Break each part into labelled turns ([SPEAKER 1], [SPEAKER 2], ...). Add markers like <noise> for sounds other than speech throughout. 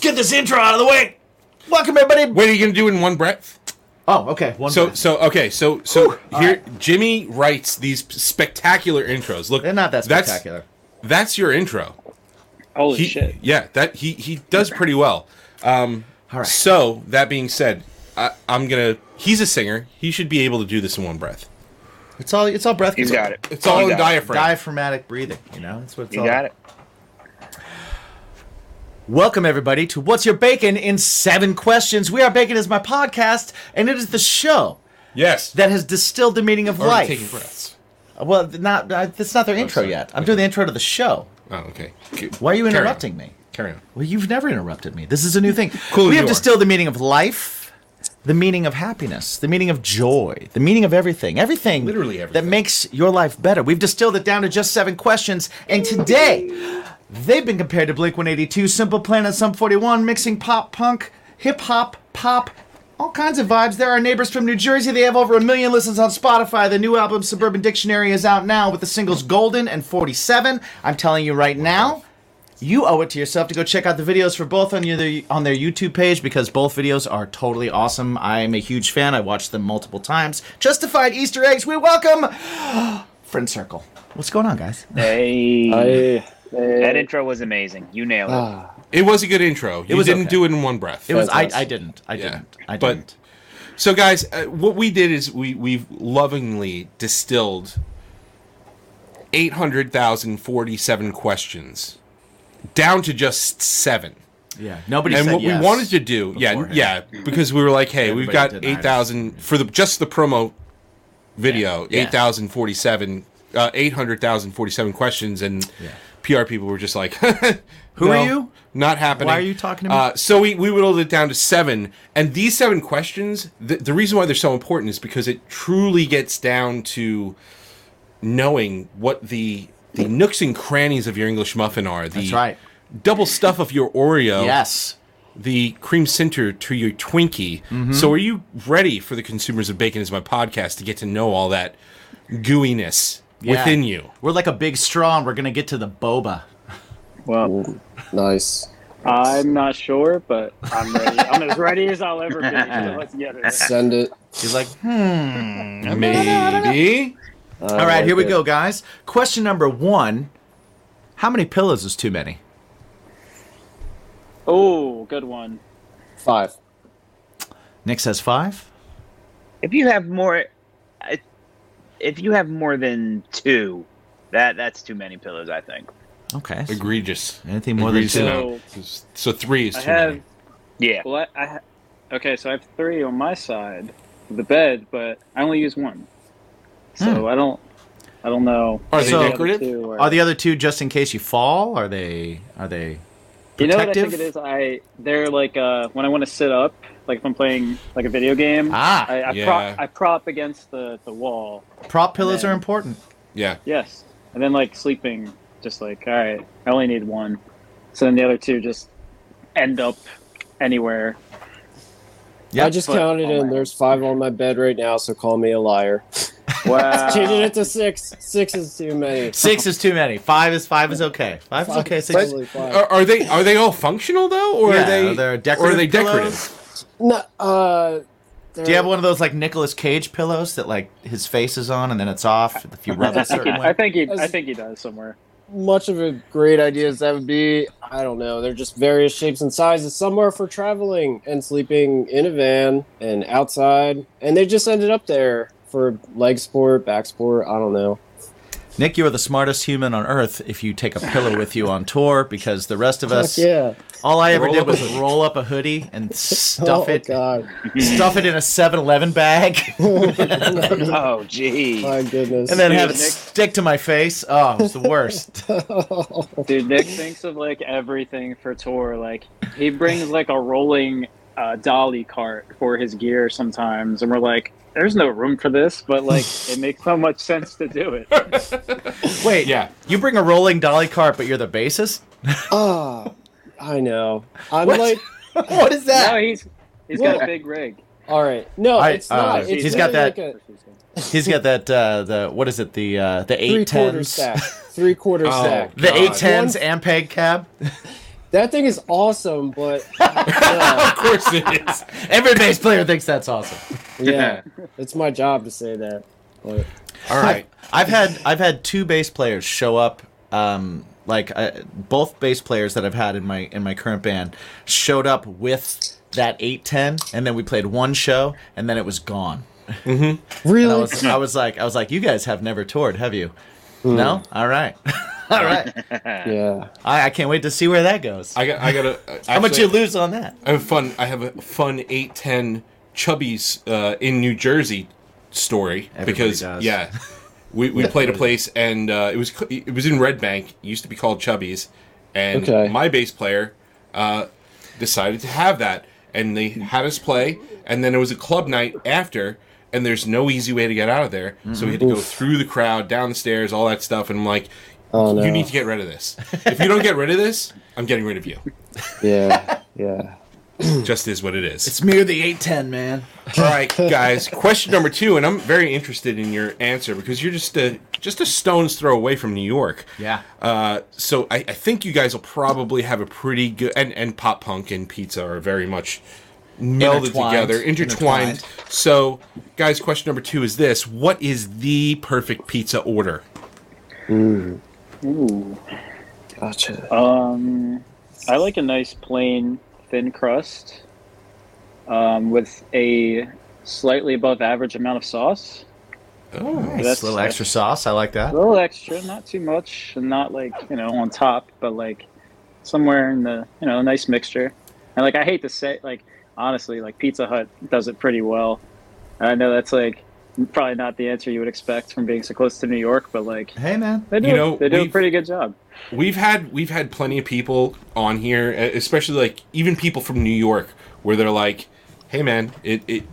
[SPEAKER 1] get this intro out of the way. Welcome everybody.
[SPEAKER 2] Wait, are you gonna do it in one breath?
[SPEAKER 1] Oh, okay. One
[SPEAKER 2] So,
[SPEAKER 1] minute.
[SPEAKER 2] so okay, so so
[SPEAKER 1] Whew, all
[SPEAKER 2] here, Jimmy writes these spectacular intros. Look,
[SPEAKER 1] they're not that
[SPEAKER 2] that's-
[SPEAKER 1] spectacular.
[SPEAKER 2] That's, your intro.
[SPEAKER 3] Holy
[SPEAKER 2] He,
[SPEAKER 3] shit!
[SPEAKER 2] Yeah, that he he does pretty well. Um,
[SPEAKER 1] All right.
[SPEAKER 2] So that being said, I, I'm gonna. He's a singer. He should be able to do this in one breath.
[SPEAKER 1] It's all it's all breath.
[SPEAKER 3] He's
[SPEAKER 1] control.
[SPEAKER 3] got it.
[SPEAKER 2] It's all
[SPEAKER 3] He
[SPEAKER 2] in
[SPEAKER 3] got it.
[SPEAKER 2] diaphragm.
[SPEAKER 1] Diaphragmatic breathing, you know? That's what it's
[SPEAKER 3] You
[SPEAKER 1] all
[SPEAKER 3] got it.
[SPEAKER 1] Welcome, everybody, to What's Your Bacon in Seven Questions. We Are Bacon is my podcast, and it is the show
[SPEAKER 2] yes.
[SPEAKER 1] that has distilled the meaning of
[SPEAKER 2] Already
[SPEAKER 1] life.
[SPEAKER 2] Taking breaths.
[SPEAKER 1] Well, not uh, that's not their intro
[SPEAKER 2] sorry.
[SPEAKER 1] yet. I'm doing the intro to the show.
[SPEAKER 2] Oh, okay.
[SPEAKER 1] Why are you
[SPEAKER 2] Carry on.
[SPEAKER 1] interrupting me?
[SPEAKER 2] Carry on.
[SPEAKER 1] Well, you've never interrupted me. This is a new thing.
[SPEAKER 2] <laughs> Cool
[SPEAKER 1] we
[SPEAKER 2] you
[SPEAKER 1] have
[SPEAKER 2] are.
[SPEAKER 1] distilled the meaning of life, the meaning of happiness, the meaning of joy, the meaning of everything, everything,
[SPEAKER 2] Literally
[SPEAKER 1] that
[SPEAKER 2] everything.
[SPEAKER 1] makes your life better. We've distilled it down to just seven questions, and today they've been compared to Blink 182, Simple Plan, and Sum 41, mixing pop punk, hip hop, pop. All kinds of vibes. There are neighbors from New Jersey. They have over a million listens on Spotify. The new album Suburban Dictionary is out now with the singles Golden and 47. I'm telling you right now, you owe it to yourself to go check out the videos for both on your on their YouTube page because both videos are totally awesome. I am a huge fan. I watched them multiple times. Justified Easter eggs. We welcome Friend Circle. What's going on,
[SPEAKER 2] <laughs>
[SPEAKER 1] guys?
[SPEAKER 3] Hey. Ah,
[SPEAKER 4] I,
[SPEAKER 3] that intro was amazing. You nailed it.
[SPEAKER 2] It was a good intro. You
[SPEAKER 1] was
[SPEAKER 2] didn't
[SPEAKER 1] okay.
[SPEAKER 2] do it in one breath.
[SPEAKER 1] It was I,
[SPEAKER 4] us.
[SPEAKER 1] I didn't. I didn't. I
[SPEAKER 2] but-
[SPEAKER 1] didn't.
[SPEAKER 2] So, guys, uh, what we did is we we've lovingly distilled eight hundred thousand forty-seven questions down to just seven.
[SPEAKER 1] yeah. Nobody
[SPEAKER 2] And
[SPEAKER 1] said
[SPEAKER 2] what
[SPEAKER 1] yes.
[SPEAKER 2] we wanted to do, yeah,
[SPEAKER 1] beforehand. Mm-hmm.
[SPEAKER 2] yeah, because we were like, hey, we've
[SPEAKER 1] Everybody
[SPEAKER 2] got
[SPEAKER 1] denied us.
[SPEAKER 2] eight thousand for the just the promo video,
[SPEAKER 1] Yeah.
[SPEAKER 2] eight thousand forty-seven, uh, eight hundred thousand forty-seven questions, and PR people were just like, <laughs>
[SPEAKER 1] Who are
[SPEAKER 2] no,
[SPEAKER 1] you?
[SPEAKER 2] Not happening.
[SPEAKER 1] Why are you talking to me?
[SPEAKER 2] Uh, so we, we whittled it down to seven. And these seven questions, the, the reason why they're so important is because it truly gets down to knowing what the the nooks and crannies of your English muffin are. The
[SPEAKER 1] That's right.
[SPEAKER 2] double stuff of your Oreo.
[SPEAKER 1] Yes.
[SPEAKER 2] The cream center to your Twinkie.
[SPEAKER 1] Mm-hmm.
[SPEAKER 2] So are you ready for the consumers of Bacon is my podcast to get to know all that gooiness
[SPEAKER 1] Yeah.
[SPEAKER 2] within you?
[SPEAKER 1] We're like a big straw, and we're gonna get to the boba.
[SPEAKER 3] Well,
[SPEAKER 4] nice.
[SPEAKER 5] I'm not sure, but I'm ready. I'm as ready as I'll ever be. So
[SPEAKER 2] <laughs>
[SPEAKER 5] let's get it.
[SPEAKER 4] Send it.
[SPEAKER 1] He's like, hmm,
[SPEAKER 2] <laughs> Maybe.
[SPEAKER 1] all right, here we go, guys. Question number one: How many pillows is too many?
[SPEAKER 5] Oh, good one.
[SPEAKER 4] Five.
[SPEAKER 1] Nick says five.
[SPEAKER 3] if you have more, I- if you have more than two, that that's too many pillows. I think.
[SPEAKER 1] Okay.
[SPEAKER 2] Egregious.
[SPEAKER 1] Anything more than
[SPEAKER 2] Agrees
[SPEAKER 1] two?
[SPEAKER 2] to
[SPEAKER 5] So
[SPEAKER 2] So three is too
[SPEAKER 5] I have.
[SPEAKER 2] many.
[SPEAKER 3] <laughs> Yeah.
[SPEAKER 5] Well, I, I ha- okay, so I have three on my side of the bed, but I only use one. So I don't. I don't know.
[SPEAKER 2] Hmm. Are they
[SPEAKER 5] The other
[SPEAKER 2] decorative?
[SPEAKER 5] two are-
[SPEAKER 1] Are the other two just in case you fall? Are they? Are they?
[SPEAKER 5] You know what I think
[SPEAKER 1] protective?
[SPEAKER 5] it is. I they're like uh, when I want to sit up, like if I'm playing like a video game.
[SPEAKER 1] Ah,
[SPEAKER 5] I, I
[SPEAKER 2] yeah.
[SPEAKER 5] prop I prop against the the wall.
[SPEAKER 1] Prop pillows
[SPEAKER 5] Yeah.
[SPEAKER 1] are important.
[SPEAKER 2] Yeah.
[SPEAKER 5] Yes. And then like sleeping, just like, all right, I only need one. So then the other two just end up anywhere.
[SPEAKER 1] Yeah,
[SPEAKER 4] I just
[SPEAKER 5] but-
[SPEAKER 4] counted
[SPEAKER 5] oh
[SPEAKER 4] and
[SPEAKER 5] my-
[SPEAKER 4] there's five on my bed right now, so call me
[SPEAKER 1] <laughs>
[SPEAKER 4] a liar. <laughs> Changing
[SPEAKER 5] Wow.
[SPEAKER 4] it to six. Six is too many.
[SPEAKER 1] Six is too many. Five is five is okay. Five is okay. Six.
[SPEAKER 4] Totally five.
[SPEAKER 2] Are, are they are they all functional though, or
[SPEAKER 1] Yeah,
[SPEAKER 2] are they
[SPEAKER 1] they're
[SPEAKER 2] or are
[SPEAKER 1] decorative
[SPEAKER 2] they
[SPEAKER 1] pillows?
[SPEAKER 2] decorative?
[SPEAKER 4] No, uh,
[SPEAKER 1] Do you have one of those like Nicolas Cage pillows that like his face is on and then it's off if you rub it a certain
[SPEAKER 5] <laughs> I
[SPEAKER 1] way?
[SPEAKER 5] think he I think he does somewhere.
[SPEAKER 4] Much of a great idea as that would be. I don't know. They're just various shapes and sizes. Some are for traveling and sleeping in a van and outside, and they just ended up there for leg sport, back sport. I don't know.
[SPEAKER 1] Nick, you are the smartest human on earth if you take a pillow with you on tour because the rest of us,
[SPEAKER 4] Fuck yeah.
[SPEAKER 1] all I ever
[SPEAKER 2] Roll
[SPEAKER 1] did
[SPEAKER 2] up a
[SPEAKER 1] was
[SPEAKER 2] hoodie.
[SPEAKER 1] roll up a hoodie
[SPEAKER 4] <laughs>
[SPEAKER 1] and stuff
[SPEAKER 4] oh
[SPEAKER 1] it, <laughs>
[SPEAKER 4] God. <laughs>
[SPEAKER 1] stuff it in a 7-Eleven bag,
[SPEAKER 3] Oh, gee.
[SPEAKER 4] My goodness.
[SPEAKER 1] and then have it
[SPEAKER 5] Dude, Nick-
[SPEAKER 1] stick to my face. Oh, it's the <laughs> worst.
[SPEAKER 5] Dude, Nick thinks of like everything for tour. Like he brings like a rolling uh, dolly cart for his gear sometimes and we're like, there's no room for this, but like it makes so much sense to do it.
[SPEAKER 1] Wait,
[SPEAKER 2] Yeah.
[SPEAKER 1] You bring a rolling dolly cart, but you're the bassist.
[SPEAKER 4] <laughs> Ah, I know. I'm
[SPEAKER 1] What?
[SPEAKER 4] like,
[SPEAKER 1] <laughs> what is
[SPEAKER 5] No, he's he's got
[SPEAKER 4] What?
[SPEAKER 5] a big rig.
[SPEAKER 4] all right. No,
[SPEAKER 1] I-
[SPEAKER 4] it's not.
[SPEAKER 1] uh,
[SPEAKER 4] it's
[SPEAKER 1] he's got
[SPEAKER 4] really
[SPEAKER 1] that
[SPEAKER 4] like
[SPEAKER 1] He's got that uh, the what is it the uh, the
[SPEAKER 4] a three
[SPEAKER 1] eight
[SPEAKER 4] quarter
[SPEAKER 1] tens, <laughs>
[SPEAKER 4] stack. Three quarter
[SPEAKER 2] Oh.
[SPEAKER 4] stack.
[SPEAKER 1] the
[SPEAKER 2] God.
[SPEAKER 1] eight tens Ampeg cab.
[SPEAKER 4] That thing is awesome,
[SPEAKER 1] <laughs>
[SPEAKER 4] but
[SPEAKER 2] of course it is.
[SPEAKER 1] Every bass player thinks that's awesome.
[SPEAKER 4] yeah, it's my job to say that. But
[SPEAKER 2] <laughs> All right.
[SPEAKER 1] I've had I've had two bass players show up. Um, like uh, both bass players that I've had in my in my current band showed up with that eight ten, and then we played one show, and then it was gone. And I <laughs>
[SPEAKER 4] really,
[SPEAKER 1] was I was like I was like, you guys have never toured, have you?
[SPEAKER 4] Hmm.
[SPEAKER 1] No. All right. <laughs> All right.
[SPEAKER 4] yeah,
[SPEAKER 1] I, I can't wait to see where that goes.
[SPEAKER 2] I got. I uh, got a.
[SPEAKER 1] How much you lose on that?
[SPEAKER 2] I have fun. I have a fun eight ten Chubby's uh, in New Jersey story
[SPEAKER 1] Everybody
[SPEAKER 2] because
[SPEAKER 1] does.
[SPEAKER 2] yeah,
[SPEAKER 1] <laughs>
[SPEAKER 2] we, we played a place and uh, it was it was in Red Bank. It used to be called Chubby's, and
[SPEAKER 4] Okay.
[SPEAKER 2] my bass player uh, decided to have that, and they had us play, and then it was a club night after. And there's no easy way to get out of there, so we had to
[SPEAKER 4] Mm-hmm.
[SPEAKER 2] go through the crowd, down the stairs, all that stuff. And I'm like,
[SPEAKER 4] Oh, no.
[SPEAKER 2] "You need to get rid of this. If you don't get rid of this, I'm getting rid of
[SPEAKER 4] <laughs>
[SPEAKER 2] you."
[SPEAKER 4] yeah, yeah.
[SPEAKER 2] Just is what it is.
[SPEAKER 1] It's mere the eight ten, man. <laughs>
[SPEAKER 2] All right, guys. Question number two, and I'm very interested in your answer because you're just a just a stone's throw away from New York.
[SPEAKER 1] Yeah.
[SPEAKER 2] Uh, so I, I think you guys will probably have a pretty good and and pop punk and pizza are very much melded
[SPEAKER 1] Intertwined.
[SPEAKER 2] together, intertwined.
[SPEAKER 1] Intertwined.
[SPEAKER 2] So, guys, question number two is this: What is the perfect pizza order?
[SPEAKER 5] Ooh.
[SPEAKER 4] Gotcha.
[SPEAKER 5] Um, I like a nice plain thin crust um, with a slightly above average amount of sauce.
[SPEAKER 2] Oh,
[SPEAKER 1] Nice
[SPEAKER 5] That's-
[SPEAKER 1] little extra sauce. I like that.
[SPEAKER 5] A little extra, not too much, and not like you know on top, but like somewhere in the you know a nice mixture. And like I hate to say, like honestly, like Pizza Hut does it pretty well. And I know that's like probably not the answer you would expect from being so close to New York, but like
[SPEAKER 1] Hey, man.
[SPEAKER 5] they do,
[SPEAKER 2] You know,
[SPEAKER 5] they do a
[SPEAKER 2] we've-
[SPEAKER 5] pretty good job.
[SPEAKER 2] We've had we've had plenty of people on here, e- especially like even people from New York, where they're like, "Hey, man, it, it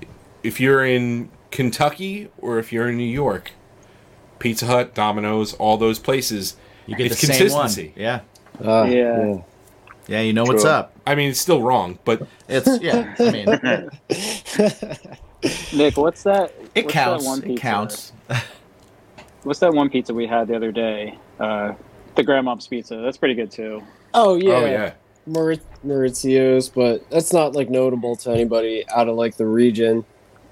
[SPEAKER 2] if you're in Kentucky or if you're in New York, Pizza Hut, Domino's, all those places,
[SPEAKER 1] You get
[SPEAKER 2] it's
[SPEAKER 1] the same one.
[SPEAKER 2] consistency."
[SPEAKER 1] Yeah.
[SPEAKER 4] Ah,
[SPEAKER 5] Yeah.
[SPEAKER 4] <laughs>
[SPEAKER 1] Yeah. You know what's
[SPEAKER 3] True.
[SPEAKER 1] up.
[SPEAKER 2] I mean, it's still wrong,
[SPEAKER 3] Oh,
[SPEAKER 2] but
[SPEAKER 1] It's yeah.
[SPEAKER 4] <laughs>
[SPEAKER 1] I mean,
[SPEAKER 5] Nick, what's that?
[SPEAKER 1] it
[SPEAKER 5] what's that
[SPEAKER 1] counts.
[SPEAKER 5] one
[SPEAKER 1] It
[SPEAKER 5] pizza-
[SPEAKER 4] Oh,
[SPEAKER 1] counts. Oh,
[SPEAKER 5] What's that one pizza we had the other day? Uh, the grandma's pizza. That's pretty good too.
[SPEAKER 4] Oh yeah.
[SPEAKER 2] oh yeah,
[SPEAKER 4] Maur- Mauricio's, but that's not like notable to anybody out of like the region.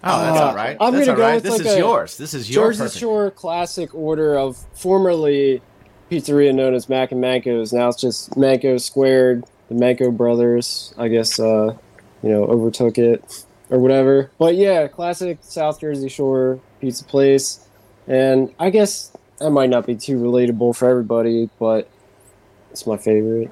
[SPEAKER 1] Oh, that's
[SPEAKER 4] Uh,
[SPEAKER 1] all right.
[SPEAKER 4] I'm
[SPEAKER 1] that's all
[SPEAKER 4] gonna go
[SPEAKER 1] right.
[SPEAKER 4] with,
[SPEAKER 1] This
[SPEAKER 4] like,
[SPEAKER 1] is
[SPEAKER 4] a
[SPEAKER 1] yours. This is your
[SPEAKER 4] George's
[SPEAKER 1] perfect.
[SPEAKER 4] Shore classic order of formerly pizzeria known as Mac and Manco's. Now it's just Manco Squared. The Manco brothers, I guess, uh, you know, overtook it or whatever. But yeah, classic South Jersey Shore pizza place. And I guess that might not be too relatable for everybody, but it's my favorite.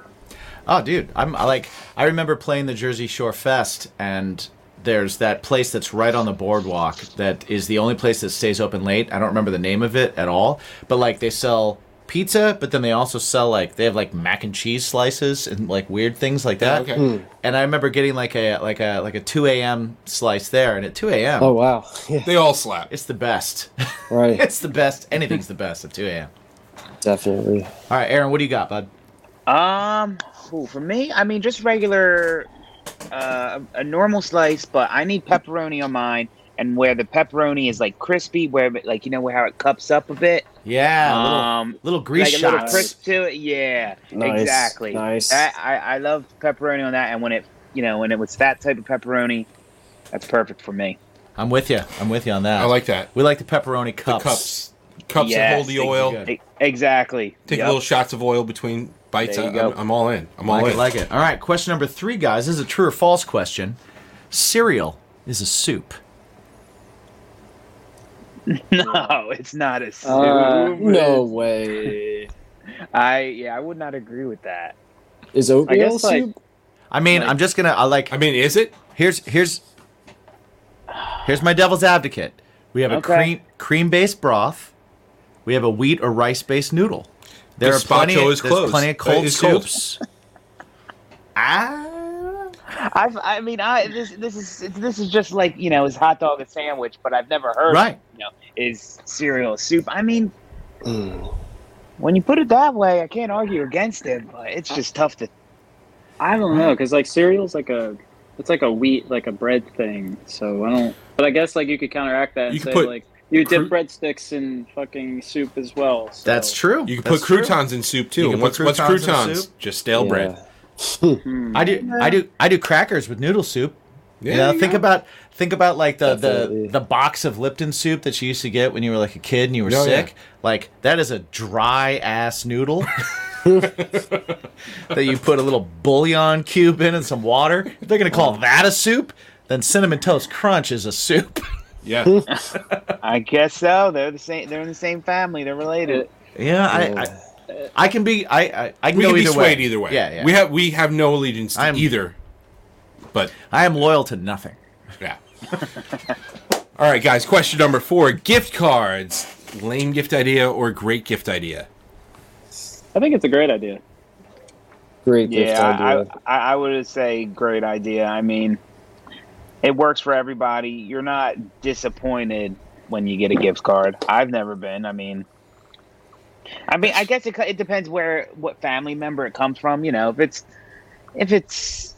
[SPEAKER 1] Oh, dude, I'm I like I remember playing the Jersey Shore Fest, and there's that place that's right on the boardwalk that is the only place that stays open late. I don't remember the name of it at all, but like they sell pizza, but then they also sell like they have like mac and cheese slices and like weird things like that.
[SPEAKER 2] okay.
[SPEAKER 1] And I remember getting like a like a like a 2 a.m. slice there, and at 2 a.m.
[SPEAKER 4] Oh wow. <laughs> Yeah.
[SPEAKER 2] They all slap.
[SPEAKER 1] it's the best. <laughs>
[SPEAKER 4] Right.
[SPEAKER 1] it's the best. Anything's the best at 2 a.m.
[SPEAKER 4] Definitely.
[SPEAKER 1] All right, Aaron, what do you got, bud?
[SPEAKER 3] Um, ooh, for me, I mean, just regular, uh, a normal slice, but I need pepperoni on mine, and where the pepperoni is like crispy, where it- like you know where how it cups up a bit,
[SPEAKER 1] Yeah, little,
[SPEAKER 3] um,
[SPEAKER 1] Uh, little grease
[SPEAKER 3] like a little
[SPEAKER 1] shots.
[SPEAKER 3] crisp to it. Yeah,
[SPEAKER 4] Nice,
[SPEAKER 3] exactly.
[SPEAKER 4] nice.
[SPEAKER 3] I, I I love pepperoni on that, and when it you know when it was that type of pepperoni, that's perfect for me.
[SPEAKER 1] I'm with you. I'm with you on that.
[SPEAKER 2] I like that.
[SPEAKER 1] We like the pepperoni cups.
[SPEAKER 2] Cups, cups
[SPEAKER 3] Yes,
[SPEAKER 2] that hold the
[SPEAKER 3] thank you,
[SPEAKER 2] oil.
[SPEAKER 1] good.
[SPEAKER 3] E- exactly.
[SPEAKER 2] Take
[SPEAKER 3] Yep. <laughs>
[SPEAKER 2] little shots of oil between bites.
[SPEAKER 3] There
[SPEAKER 2] I,
[SPEAKER 3] you go.
[SPEAKER 2] I'm, I'm all in. I'm all
[SPEAKER 1] Like it,
[SPEAKER 2] in.
[SPEAKER 1] like it. All right, question number three, guys. This is a true or false question. Cereal is a soup.
[SPEAKER 3] No, it's not a soup.
[SPEAKER 5] Uh,
[SPEAKER 2] <laughs>
[SPEAKER 4] No way.
[SPEAKER 3] I yeah, I would not agree with that.
[SPEAKER 4] Is oatmeal
[SPEAKER 5] guess, like-
[SPEAKER 4] soup?
[SPEAKER 1] I mean, I'm just gonna. I like.
[SPEAKER 2] I mean, is it?
[SPEAKER 1] Here's here's here's my devil's advocate. We have a
[SPEAKER 3] Okay.
[SPEAKER 1] cream cream based broth. We have a wheat or rice based noodle. There are
[SPEAKER 2] Gazpacho
[SPEAKER 1] plenty. Of, there's
[SPEAKER 2] is closed.
[SPEAKER 1] plenty of
[SPEAKER 2] Uh,
[SPEAKER 1] cold
[SPEAKER 2] is cold. <laughs>
[SPEAKER 1] soups. Ah.
[SPEAKER 3] I I mean I this this is this is just like you know is hot dog a sandwich, but I've never heard
[SPEAKER 1] Right.
[SPEAKER 3] You know is cereal a soup. I mean
[SPEAKER 4] Mm.
[SPEAKER 3] when you put it that way, I can't argue against it, but it's just tough to.
[SPEAKER 5] I don't know, cause like cereal's like a, it's like a wheat, like a bread thing. So I don't. But I guess like you could counteract that and
[SPEAKER 2] You could
[SPEAKER 5] say
[SPEAKER 2] put
[SPEAKER 5] like you dip
[SPEAKER 2] cru-
[SPEAKER 5] breadsticks in fucking soup as well. So.
[SPEAKER 1] That's true.
[SPEAKER 2] You can
[SPEAKER 1] That's
[SPEAKER 2] put
[SPEAKER 1] true.
[SPEAKER 2] croutons in soup too.
[SPEAKER 1] You can
[SPEAKER 2] and
[SPEAKER 1] put
[SPEAKER 2] what's, what's
[SPEAKER 1] croutons in
[SPEAKER 2] croutons?
[SPEAKER 1] soup.
[SPEAKER 2] Just stale
[SPEAKER 4] Yeah. <laughs>
[SPEAKER 2] bread.
[SPEAKER 5] Hmm.
[SPEAKER 1] I do I do I do crackers with noodle soup.
[SPEAKER 2] Yeah,
[SPEAKER 1] you know,
[SPEAKER 2] there you
[SPEAKER 1] think
[SPEAKER 2] go.
[SPEAKER 1] about think about like the, the
[SPEAKER 4] Definitely.
[SPEAKER 1] the box of Lipton soup that you used to get when you were like a kid and you were
[SPEAKER 2] Oh, yeah.
[SPEAKER 1] sick. Like that is a dry ass noodle
[SPEAKER 2] <laughs>
[SPEAKER 1] that you put a little bouillon cube in and some water. If they're gonna call that a soup, then cinnamon toast crunch is a soup.
[SPEAKER 2] Yeah.
[SPEAKER 1] Hmm?
[SPEAKER 3] I guess so. They're the same. They're in the same family. They're related.
[SPEAKER 1] yeah, I, I I can be I I, I can
[SPEAKER 2] we
[SPEAKER 1] go
[SPEAKER 2] can be
[SPEAKER 1] either
[SPEAKER 2] swayed
[SPEAKER 1] way.
[SPEAKER 2] either way.
[SPEAKER 1] Yeah, yeah.
[SPEAKER 2] We have we have no allegiance to
[SPEAKER 1] I'm-
[SPEAKER 2] either. But
[SPEAKER 1] I am loyal to nothing.
[SPEAKER 2] yeah. <laughs> All right, guys. Question number four: gift cards. Lame gift idea or great gift idea?
[SPEAKER 5] I think it's a great idea.
[SPEAKER 4] Great gift
[SPEAKER 3] Yeah,
[SPEAKER 4] idea.
[SPEAKER 3] I, I, I would say great idea. I mean, it works for everybody. You're not disappointed when you get a gift card. I've never been. I mean, I mean, I guess it, co- it depends where what family member it comes from. You know, if it's if it's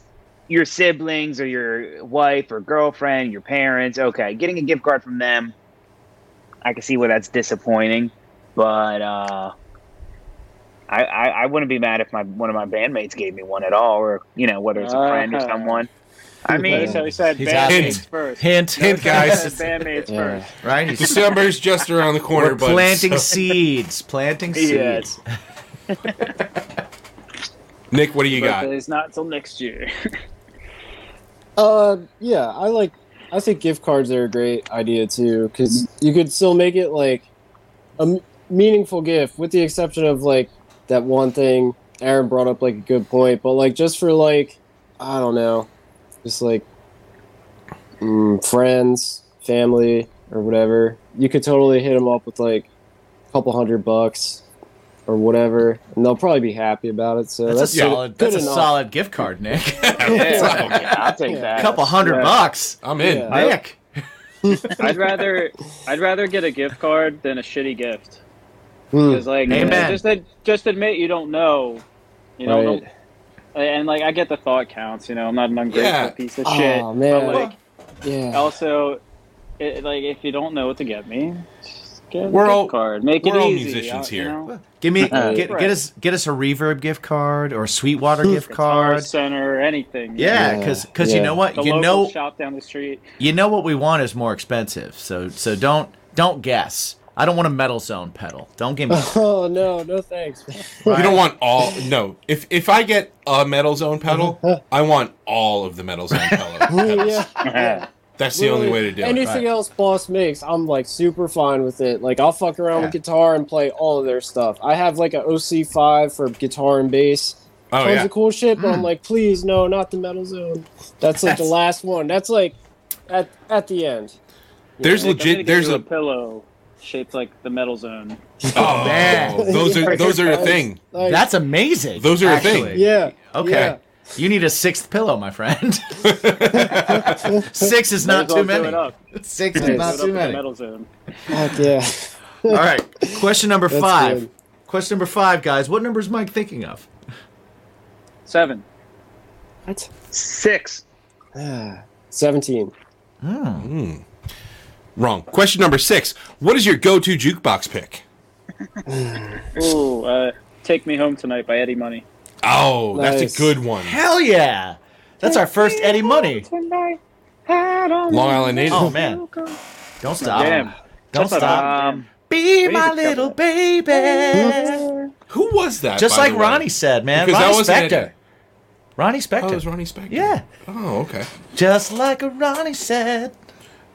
[SPEAKER 3] your siblings or your wife or girlfriend, your parents, okay, getting a gift card from them, I can see where that's disappointing. But uh, I, I, I wouldn't be mad if my one of my bandmates gave me one at all, or you know, whether it's a friend or
[SPEAKER 5] Uh-huh.
[SPEAKER 3] someone. I mean,
[SPEAKER 5] Notice how he said
[SPEAKER 1] He's out.
[SPEAKER 5] bandmates first.
[SPEAKER 1] Hint,
[SPEAKER 2] Hint,
[SPEAKER 1] <laughs> hint,
[SPEAKER 2] guys.
[SPEAKER 5] bandmates
[SPEAKER 4] Yeah.
[SPEAKER 5] first.
[SPEAKER 1] right? He's-
[SPEAKER 2] December's just around the corner.
[SPEAKER 1] We're
[SPEAKER 2] but
[SPEAKER 1] planting seeds. Planting seeds.
[SPEAKER 5] Yes.
[SPEAKER 2] <laughs> Nick, what do you got?
[SPEAKER 5] Birthday's not till next year.
[SPEAKER 4] Uh, yeah, I like. I think gift cards are a great idea too because you could still make it like a m- meaningful gift, with the exception of like that one thing Aaron brought up, like a good point. But like just for like, I don't know, just like mm, friends, family, or whatever, you could totally hit them up with like a couple hundred bucks or whatever, and they'll probably be happy about it. So
[SPEAKER 1] That's,
[SPEAKER 4] that's,
[SPEAKER 1] a solid.
[SPEAKER 4] good
[SPEAKER 1] That's a
[SPEAKER 4] enough.
[SPEAKER 1] solid gift card, Nick. <laughs>
[SPEAKER 5] <laughs>
[SPEAKER 3] yeah, yeah, I'll take
[SPEAKER 4] Yeah.
[SPEAKER 1] A
[SPEAKER 3] that.
[SPEAKER 1] couple hundred
[SPEAKER 5] yeah.
[SPEAKER 1] bucks,
[SPEAKER 2] I'm in.
[SPEAKER 4] Yeah.
[SPEAKER 1] Nick.
[SPEAKER 5] I'd rather I'd rather get a gift card than a shitty gift.
[SPEAKER 4] Hmm.
[SPEAKER 5] Because like,
[SPEAKER 1] Amen.
[SPEAKER 5] just ad- just admit you don't know, you know.
[SPEAKER 4] Right.
[SPEAKER 5] don't- and like, I get the thought counts. You know, I'm not an ungrateful
[SPEAKER 2] Yeah.
[SPEAKER 5] piece of
[SPEAKER 4] Aw,
[SPEAKER 5] shit.
[SPEAKER 1] Oh.
[SPEAKER 4] man.
[SPEAKER 5] But like,
[SPEAKER 4] Yeah.
[SPEAKER 5] also, it, like if you don't know what to get me, just get a
[SPEAKER 2] We're
[SPEAKER 5] gift
[SPEAKER 2] all-
[SPEAKER 5] card. Make
[SPEAKER 2] we're
[SPEAKER 5] it
[SPEAKER 2] all
[SPEAKER 5] easy,
[SPEAKER 2] musicians
[SPEAKER 5] you
[SPEAKER 2] here.
[SPEAKER 5] know?
[SPEAKER 1] Give me
[SPEAKER 3] Uh,
[SPEAKER 1] get,
[SPEAKER 5] <laughs> right.
[SPEAKER 1] get us get us a Reverb gift card or a Sweetwater gift
[SPEAKER 5] Guitar
[SPEAKER 1] card.
[SPEAKER 5] center, anything.
[SPEAKER 1] Yeah,
[SPEAKER 4] Yeah,
[SPEAKER 1] because you
[SPEAKER 4] yeah.
[SPEAKER 1] know what
[SPEAKER 5] The
[SPEAKER 1] you
[SPEAKER 5] local
[SPEAKER 1] know
[SPEAKER 5] shop down the street.
[SPEAKER 1] you know what we want is more expensive. So so don't don't guess. I don't want a metal zone pedal. Don't
[SPEAKER 4] <laughs>
[SPEAKER 1] give me.
[SPEAKER 4] <laughs> Oh no, no thanks.
[SPEAKER 2] You don't want all. No. If if I get a metal zone pedal, I want all of the metal
[SPEAKER 1] <laughs>
[SPEAKER 2] zone pedal.
[SPEAKER 4] yeah,
[SPEAKER 2] pedals.
[SPEAKER 4] yeah.
[SPEAKER 2] That's the only way to do it.
[SPEAKER 4] Anything else Boss makes, I'm like super fine with it. Like I'll fuck around with
[SPEAKER 1] Yeah.
[SPEAKER 4] guitar and play all of their stuff. I have like an OC5 for guitar and bass.
[SPEAKER 2] Oh
[SPEAKER 4] Tons
[SPEAKER 2] yeah.
[SPEAKER 4] of cool shit, but I'm like, please, no, not the metal zone. That's like the
[SPEAKER 1] That's-
[SPEAKER 4] last one. That's like at at the end.
[SPEAKER 2] There's
[SPEAKER 5] Like, I'm gonna
[SPEAKER 2] legit.
[SPEAKER 5] get
[SPEAKER 2] There's
[SPEAKER 5] you
[SPEAKER 2] a.
[SPEAKER 5] pillow shaped like the metal zone.
[SPEAKER 2] Oh
[SPEAKER 1] man.
[SPEAKER 2] Those are those are a thing.
[SPEAKER 4] Like,
[SPEAKER 1] That's amazing.
[SPEAKER 2] Those are a thing.
[SPEAKER 1] actually.
[SPEAKER 4] yeah.
[SPEAKER 1] Okay.
[SPEAKER 4] yeah.
[SPEAKER 1] You need a sixth pillow, my
[SPEAKER 4] <laughs>
[SPEAKER 1] friend. <laughs> Six is not
[SPEAKER 5] Might as well
[SPEAKER 1] too
[SPEAKER 5] do it
[SPEAKER 1] many.
[SPEAKER 5] up.
[SPEAKER 1] <laughs> Six
[SPEAKER 4] Do
[SPEAKER 1] is
[SPEAKER 4] it
[SPEAKER 5] Do
[SPEAKER 1] not
[SPEAKER 5] it up in
[SPEAKER 1] too
[SPEAKER 5] the
[SPEAKER 1] many.
[SPEAKER 5] metal zone.
[SPEAKER 4] Fuck yeah.
[SPEAKER 1] All right. Question number
[SPEAKER 4] That's
[SPEAKER 1] five.
[SPEAKER 4] good.
[SPEAKER 1] Question number five, guys. What number is Mike thinking of?
[SPEAKER 5] Seven.
[SPEAKER 4] What?
[SPEAKER 3] Six.
[SPEAKER 4] Ah, <sighs> Seventeen.
[SPEAKER 2] Wrong. Question number six. What is your go-to jukebox pick?
[SPEAKER 5] Ooh, uh, Take Me Home Tonight by Eddie Money.
[SPEAKER 2] Oh, that's
[SPEAKER 4] Nice.
[SPEAKER 2] a good one.
[SPEAKER 1] Hell yeah! That's our first Eddie Money.
[SPEAKER 2] Long Island Native.
[SPEAKER 1] Oh man! Don't stop!
[SPEAKER 5] Damn.
[SPEAKER 1] Don't
[SPEAKER 5] That's
[SPEAKER 1] stop!
[SPEAKER 5] not-
[SPEAKER 3] Um,
[SPEAKER 1] Be
[SPEAKER 5] we
[SPEAKER 1] my
[SPEAKER 5] need to
[SPEAKER 1] little
[SPEAKER 5] cut
[SPEAKER 1] baby.
[SPEAKER 2] Who was that?
[SPEAKER 1] Just
[SPEAKER 2] by
[SPEAKER 1] like
[SPEAKER 2] the way?
[SPEAKER 1] Ronnie said, man.
[SPEAKER 2] Because that
[SPEAKER 1] Ronnie
[SPEAKER 2] wasn't Eddie.
[SPEAKER 1] Spector. Ronnie
[SPEAKER 2] Oh, it was
[SPEAKER 1] Spector.
[SPEAKER 2] Ronnie Spector.
[SPEAKER 1] Yeah.
[SPEAKER 2] Oh, okay.
[SPEAKER 1] Just like a Ronnie said.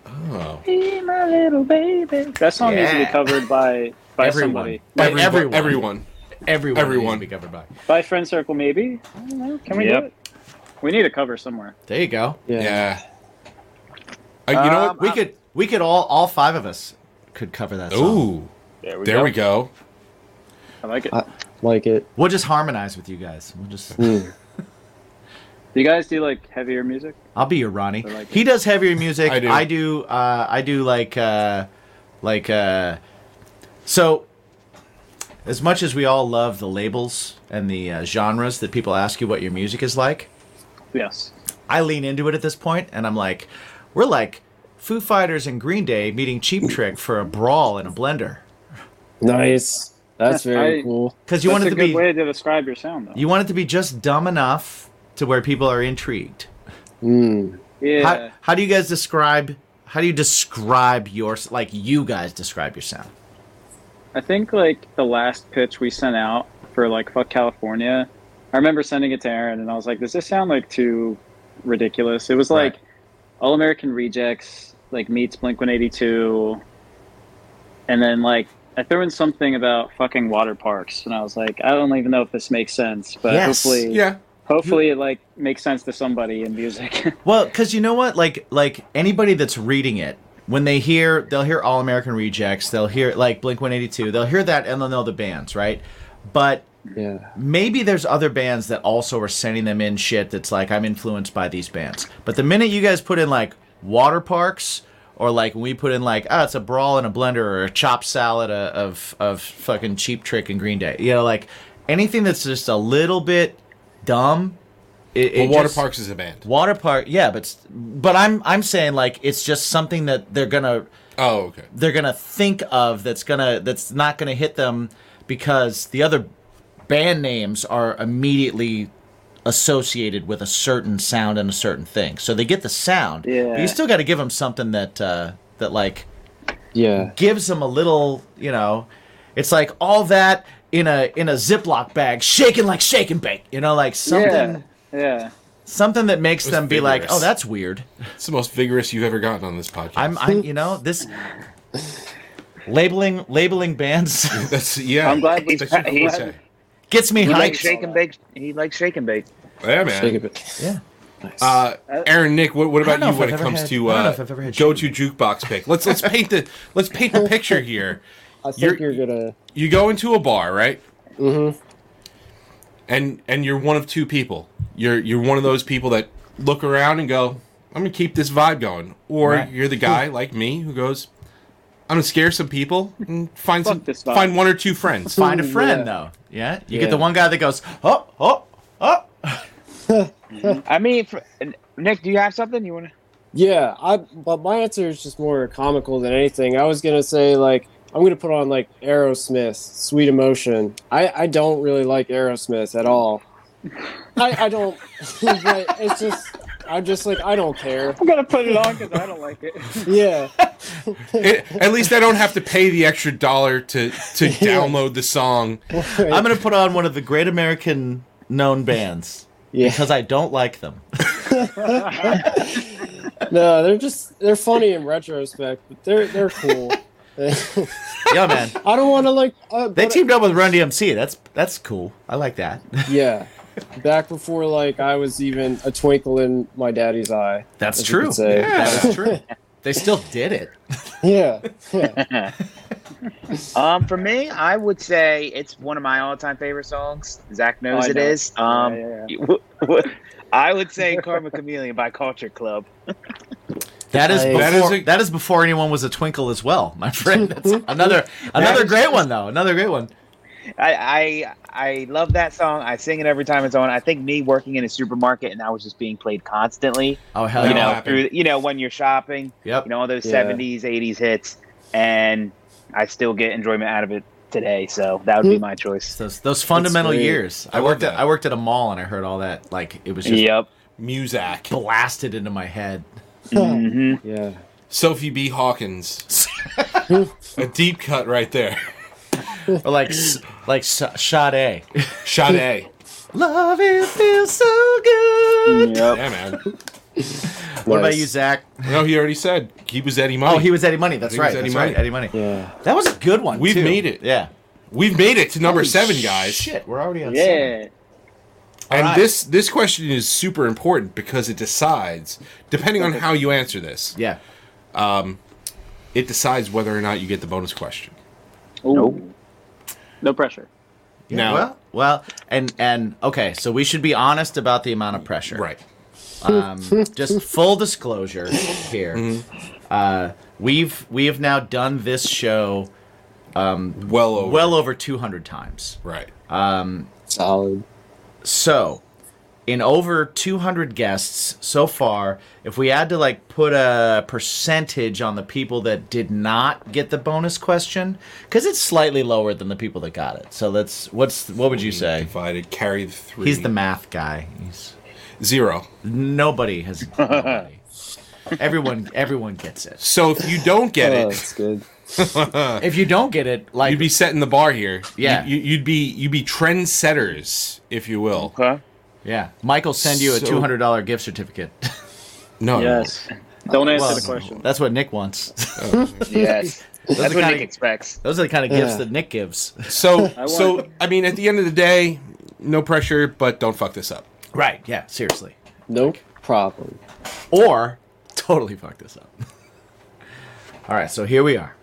[SPEAKER 2] Oh.
[SPEAKER 5] Be my little baby. That song needs to be
[SPEAKER 1] Yeah.
[SPEAKER 5] covered by by
[SPEAKER 1] Everyone.
[SPEAKER 5] somebody.
[SPEAKER 1] By
[SPEAKER 2] Everybo-
[SPEAKER 1] everyone.
[SPEAKER 2] Everyone.
[SPEAKER 1] Everyone.
[SPEAKER 2] Everyone.
[SPEAKER 1] needs to be covered by.
[SPEAKER 5] By Friend Circle, maybe. I don't know. Can we
[SPEAKER 3] Yep.
[SPEAKER 5] do it? We need a cover somewhere.
[SPEAKER 1] There you go.
[SPEAKER 4] Yeah.
[SPEAKER 2] Yeah. Uh, you know
[SPEAKER 3] Um,
[SPEAKER 2] what?
[SPEAKER 1] We could. We could all. All five of us could cover that song.
[SPEAKER 2] Ooh,
[SPEAKER 3] there we
[SPEAKER 2] there
[SPEAKER 3] go.
[SPEAKER 2] we go.
[SPEAKER 5] I like it.
[SPEAKER 4] I like it.
[SPEAKER 1] We'll just harmonize with you guys. We'll just.
[SPEAKER 5] do you guys do like heavier music?
[SPEAKER 1] I'll be your Ronnie.
[SPEAKER 5] I like
[SPEAKER 1] he does heavier music.
[SPEAKER 2] I do.
[SPEAKER 1] I do. Uh, I do like uh, like uh, so. As much as we all love the labels and the uh, genres that people ask you what your music is like,
[SPEAKER 5] Yes.
[SPEAKER 1] I lean into it at this point, and I'm like, we're like Foo Fighters and Green Day meeting Cheap Trick for a brawl in a blender.
[SPEAKER 4] Nice. That's very
[SPEAKER 5] I-
[SPEAKER 4] cool.
[SPEAKER 1] because you
[SPEAKER 5] That's
[SPEAKER 1] want it
[SPEAKER 5] a
[SPEAKER 1] to
[SPEAKER 5] good
[SPEAKER 1] be
[SPEAKER 5] way to describe your sound, though.
[SPEAKER 1] you want it to be just dumb enough to where people are intrigued.
[SPEAKER 4] Mm.
[SPEAKER 5] yeah.
[SPEAKER 1] How, how do you guys describe? How do you describe your like you guys describe your sound?
[SPEAKER 5] I think like the last pitch we sent out for like fuck California, I remember sending it to Aaron and I was like, does this sound like too ridiculous? It was like
[SPEAKER 1] Right.
[SPEAKER 5] All American Rejects, like meets Blink 182, and then like I threw in something about fucking water parks, and I was like, I don't even know if this makes sense, but
[SPEAKER 1] Yes.
[SPEAKER 5] hopefully,
[SPEAKER 2] Yeah.
[SPEAKER 5] hopefully it like makes sense to somebody in music.
[SPEAKER 1] Well, because you know what, like like anybody that's reading it, when they hear, they'll hear All American Rejects, they'll hear like Blink One Eighty Two, they'll hear that and they'll know the bands, right? But
[SPEAKER 4] Yeah.
[SPEAKER 1] maybe there's other bands that also are sending them in shit that's like I'm influenced by these bands. But the minute you guys put in like water parks or like when we put in like ah it's a brawl in a blender or a chopped salad uh, of of fucking cheap trick and Green Day, you know, like anything that's just a little bit dumb. It,
[SPEAKER 2] Well,
[SPEAKER 1] it
[SPEAKER 2] Water
[SPEAKER 1] just-
[SPEAKER 2] Parks is a band.
[SPEAKER 1] Water park, yeah, but s- but I'm I'm saying like it's just something that they're gonna
[SPEAKER 2] Oh, okay.
[SPEAKER 1] they're gonna think of that's gonna that's not gonna hit them because the other band names are immediately associated with a certain sound and a certain thing, so they get the sound. but
[SPEAKER 5] Yeah.
[SPEAKER 1] you still got to give them something that uh, that like
[SPEAKER 4] Yeah.
[SPEAKER 1] gives them a little, you know, it's like all that in a in a Ziploc bag, shaking like shake and bake, you know, like something
[SPEAKER 5] yeah, yeah.
[SPEAKER 1] something that makes
[SPEAKER 2] was
[SPEAKER 1] them be like,
[SPEAKER 2] vigorous.
[SPEAKER 1] oh, that's weird.
[SPEAKER 2] It's the most vigorous you've ever gotten on this podcast.
[SPEAKER 1] I'm, I'm you know,
[SPEAKER 5] <laughs>
[SPEAKER 1] this labeling labeling bands
[SPEAKER 2] <laughs> That's yeah.
[SPEAKER 3] <laughs> I'm glad we-
[SPEAKER 2] That's what people
[SPEAKER 3] he-
[SPEAKER 2] say.
[SPEAKER 1] gets me
[SPEAKER 3] He likes
[SPEAKER 1] hyped.
[SPEAKER 3] shake and bake. He likes shake and bake.
[SPEAKER 2] Yeah,
[SPEAKER 4] Shake
[SPEAKER 2] man.
[SPEAKER 4] it bit.
[SPEAKER 1] Yeah.
[SPEAKER 2] Uh, Aaron, Nick, what, what
[SPEAKER 1] don't
[SPEAKER 2] about
[SPEAKER 1] know
[SPEAKER 2] you
[SPEAKER 1] if
[SPEAKER 2] when
[SPEAKER 1] I've
[SPEAKER 2] it
[SPEAKER 1] ever
[SPEAKER 2] comes
[SPEAKER 1] had-
[SPEAKER 2] to
[SPEAKER 1] I don't know
[SPEAKER 2] uh,
[SPEAKER 1] if I've ever had
[SPEAKER 2] go-to jukebox pick? Let's let's paint the let's paint the picture here.
[SPEAKER 4] I think
[SPEAKER 2] You're-
[SPEAKER 4] you're, gonna.
[SPEAKER 2] You go into a bar, right?
[SPEAKER 4] Mhm.
[SPEAKER 5] Mm-hmm.
[SPEAKER 2] And and you're one of two people. You're you're one of those people that look around and go, "I'm gonna keep this vibe going," or
[SPEAKER 1] Right.
[SPEAKER 2] you're the guy like me who goes, "I'm gonna scare some people and find some
[SPEAKER 5] Fuck this vibe.
[SPEAKER 2] find one or two friends."
[SPEAKER 1] Find a friend
[SPEAKER 4] Yeah.
[SPEAKER 1] though. Yeah. You
[SPEAKER 4] Yeah.
[SPEAKER 1] get the one guy that goes, oh, oh, oh.
[SPEAKER 3] I mean, for, Nick, do you have something you want to?
[SPEAKER 4] Yeah. I. But my answer is just more comical than anything. I was gonna say like I'm gonna put on like Aerosmith, Sweet Emotion. I I don't really like Aerosmith at all. I I don't. <laughs> but it's just I'm just like I don't care.
[SPEAKER 5] I'm gonna put it on because I don't like <laughs> it.
[SPEAKER 4] Yeah.
[SPEAKER 2] It- at least I don't have to pay the extra dollar
[SPEAKER 1] <laughs>
[SPEAKER 2] to to download the song.
[SPEAKER 1] I'm gonna put on one of the great American known bands
[SPEAKER 4] yeah.
[SPEAKER 1] because I don't like them.
[SPEAKER 4] <laughs> No, they're just they're funny in retrospect, but they're they're cool. I
[SPEAKER 1] yeah, man.
[SPEAKER 4] don't want to like. Uh,
[SPEAKER 1] They
[SPEAKER 4] but-
[SPEAKER 1] teamed up with Run DMC. That's that's cool. I like that.
[SPEAKER 4] Yeah, back before like I was even a twinkle in my daddy's eye.
[SPEAKER 1] That's
[SPEAKER 4] as you
[SPEAKER 1] true.
[SPEAKER 4] could say.
[SPEAKER 1] That's true. They still did it.
[SPEAKER 4] Yeah. yeah.
[SPEAKER 3] Um, for me, I would say it's one of my all-time favorite songs. Zach knows
[SPEAKER 5] Oh, I
[SPEAKER 3] it
[SPEAKER 5] know.
[SPEAKER 3] is. Um, <laughs>
[SPEAKER 5] Yeah,
[SPEAKER 3] I would say "Karma Chameleon" by Culture Club.
[SPEAKER 1] That is
[SPEAKER 4] Nice.
[SPEAKER 1] before,
[SPEAKER 2] That
[SPEAKER 1] that
[SPEAKER 2] is
[SPEAKER 1] is,
[SPEAKER 2] a-
[SPEAKER 1] before anyone was a twinkle as well, my friend. That's another another
[SPEAKER 3] is-
[SPEAKER 1] great one though. Another great one.
[SPEAKER 3] I, I I love that song. I sing it every time it's on. I think me working in a supermarket and I was just being played constantly.
[SPEAKER 1] Oh hell
[SPEAKER 3] you
[SPEAKER 2] That'll
[SPEAKER 3] know,
[SPEAKER 1] yeah.
[SPEAKER 2] happen.
[SPEAKER 3] through you know when you're shopping,
[SPEAKER 1] Yep.
[SPEAKER 3] you know all those
[SPEAKER 4] Yeah.
[SPEAKER 3] seventies, eighties hits, and I still get enjoyment out of it today. So that would be
[SPEAKER 4] Hmm.
[SPEAKER 3] my choice.
[SPEAKER 1] Those those fundamental
[SPEAKER 4] great.
[SPEAKER 1] years. I,
[SPEAKER 2] I love
[SPEAKER 1] worked at
[SPEAKER 2] that.
[SPEAKER 1] I worked at a mall and I heard all that like it was just
[SPEAKER 3] Yep.
[SPEAKER 2] Muzak,
[SPEAKER 1] blasted into my head.
[SPEAKER 3] hmm
[SPEAKER 4] Yeah.
[SPEAKER 2] Sophie
[SPEAKER 1] <laughs>
[SPEAKER 2] B. Hawkins, a deep cut right there.
[SPEAKER 1] Or like s- like s- Sade.
[SPEAKER 2] Sade,
[SPEAKER 1] Love it feels so good.
[SPEAKER 5] yeah.
[SPEAKER 2] yeah, man.
[SPEAKER 1] What about
[SPEAKER 4] Nice.
[SPEAKER 1] you, Zach?
[SPEAKER 2] No, he already said he was Eddie Money.
[SPEAKER 1] Oh, he was Eddie Money. That's
[SPEAKER 2] He was
[SPEAKER 1] right.
[SPEAKER 2] Eddie
[SPEAKER 1] That's
[SPEAKER 2] Money.
[SPEAKER 1] right. Eddie Money.
[SPEAKER 4] Yeah.
[SPEAKER 1] That was a good one.
[SPEAKER 2] We've
[SPEAKER 1] too.
[SPEAKER 2] made it.
[SPEAKER 1] Yeah.
[SPEAKER 2] We've made it to number
[SPEAKER 1] Holy
[SPEAKER 2] seven, guys.
[SPEAKER 1] Shit, we're already on. Seven.
[SPEAKER 5] yeah.
[SPEAKER 2] And
[SPEAKER 1] Alright.
[SPEAKER 2] this this question is super important because it decides, depending on how you answer this,
[SPEAKER 1] Yeah.
[SPEAKER 2] it decides whether or not you get the bonus question.
[SPEAKER 5] Ooh. No pressure.
[SPEAKER 1] Yeah,
[SPEAKER 2] Now-
[SPEAKER 1] well, well, and and okay, so we should be honest about the amount of pressure.
[SPEAKER 2] Right.
[SPEAKER 1] Um, just full
[SPEAKER 2] <laughs>
[SPEAKER 1] disclosure here.
[SPEAKER 2] Mm-hmm.
[SPEAKER 1] Uh, we've we have now done this show
[SPEAKER 2] Well over.
[SPEAKER 1] well over 200 times.
[SPEAKER 2] right.
[SPEAKER 4] Solid.
[SPEAKER 1] So, in over 200 guests so far. If we had to like put a percentage on the people that did not get the bonus question, because it's slightly lower than the people that got it. So let's what's what would you say?
[SPEAKER 2] Divided, carry the three.
[SPEAKER 1] He's the math guy. He's
[SPEAKER 2] zero.
[SPEAKER 1] nobody has. nobody. Everyone, everyone gets it.
[SPEAKER 2] So if you don't get
[SPEAKER 5] Uh.
[SPEAKER 4] Oh,
[SPEAKER 2] it,
[SPEAKER 4] that's good.
[SPEAKER 1] If you don't get it, like
[SPEAKER 2] you'd be setting the bar here.
[SPEAKER 1] Yeah.
[SPEAKER 2] you, you'd be you'd be trendsetters, if you will.
[SPEAKER 1] <laughs>
[SPEAKER 3] Okay.
[SPEAKER 1] yeah, Michael send you a
[SPEAKER 2] So-
[SPEAKER 1] two hundred dollar gift certificate.
[SPEAKER 2] No, no.
[SPEAKER 5] Yes. Don't answer
[SPEAKER 1] Well,
[SPEAKER 5] the question.
[SPEAKER 1] That's what Nick wants. <laughs>
[SPEAKER 3] Yes. That's
[SPEAKER 1] are
[SPEAKER 3] what
[SPEAKER 1] kinda-
[SPEAKER 3] Nick expects.
[SPEAKER 1] Those are the kind of gifts
[SPEAKER 4] Yeah.
[SPEAKER 1] that Nick gives.
[SPEAKER 2] So
[SPEAKER 3] <laughs>
[SPEAKER 5] want-
[SPEAKER 2] so I mean, at the end of the day, no pressure, but don't fuck this up.
[SPEAKER 1] Right? Yeah. Seriously.
[SPEAKER 4] No problem.
[SPEAKER 1] Or <laughs> totally fuck this up. <laughs> All right. So here we are,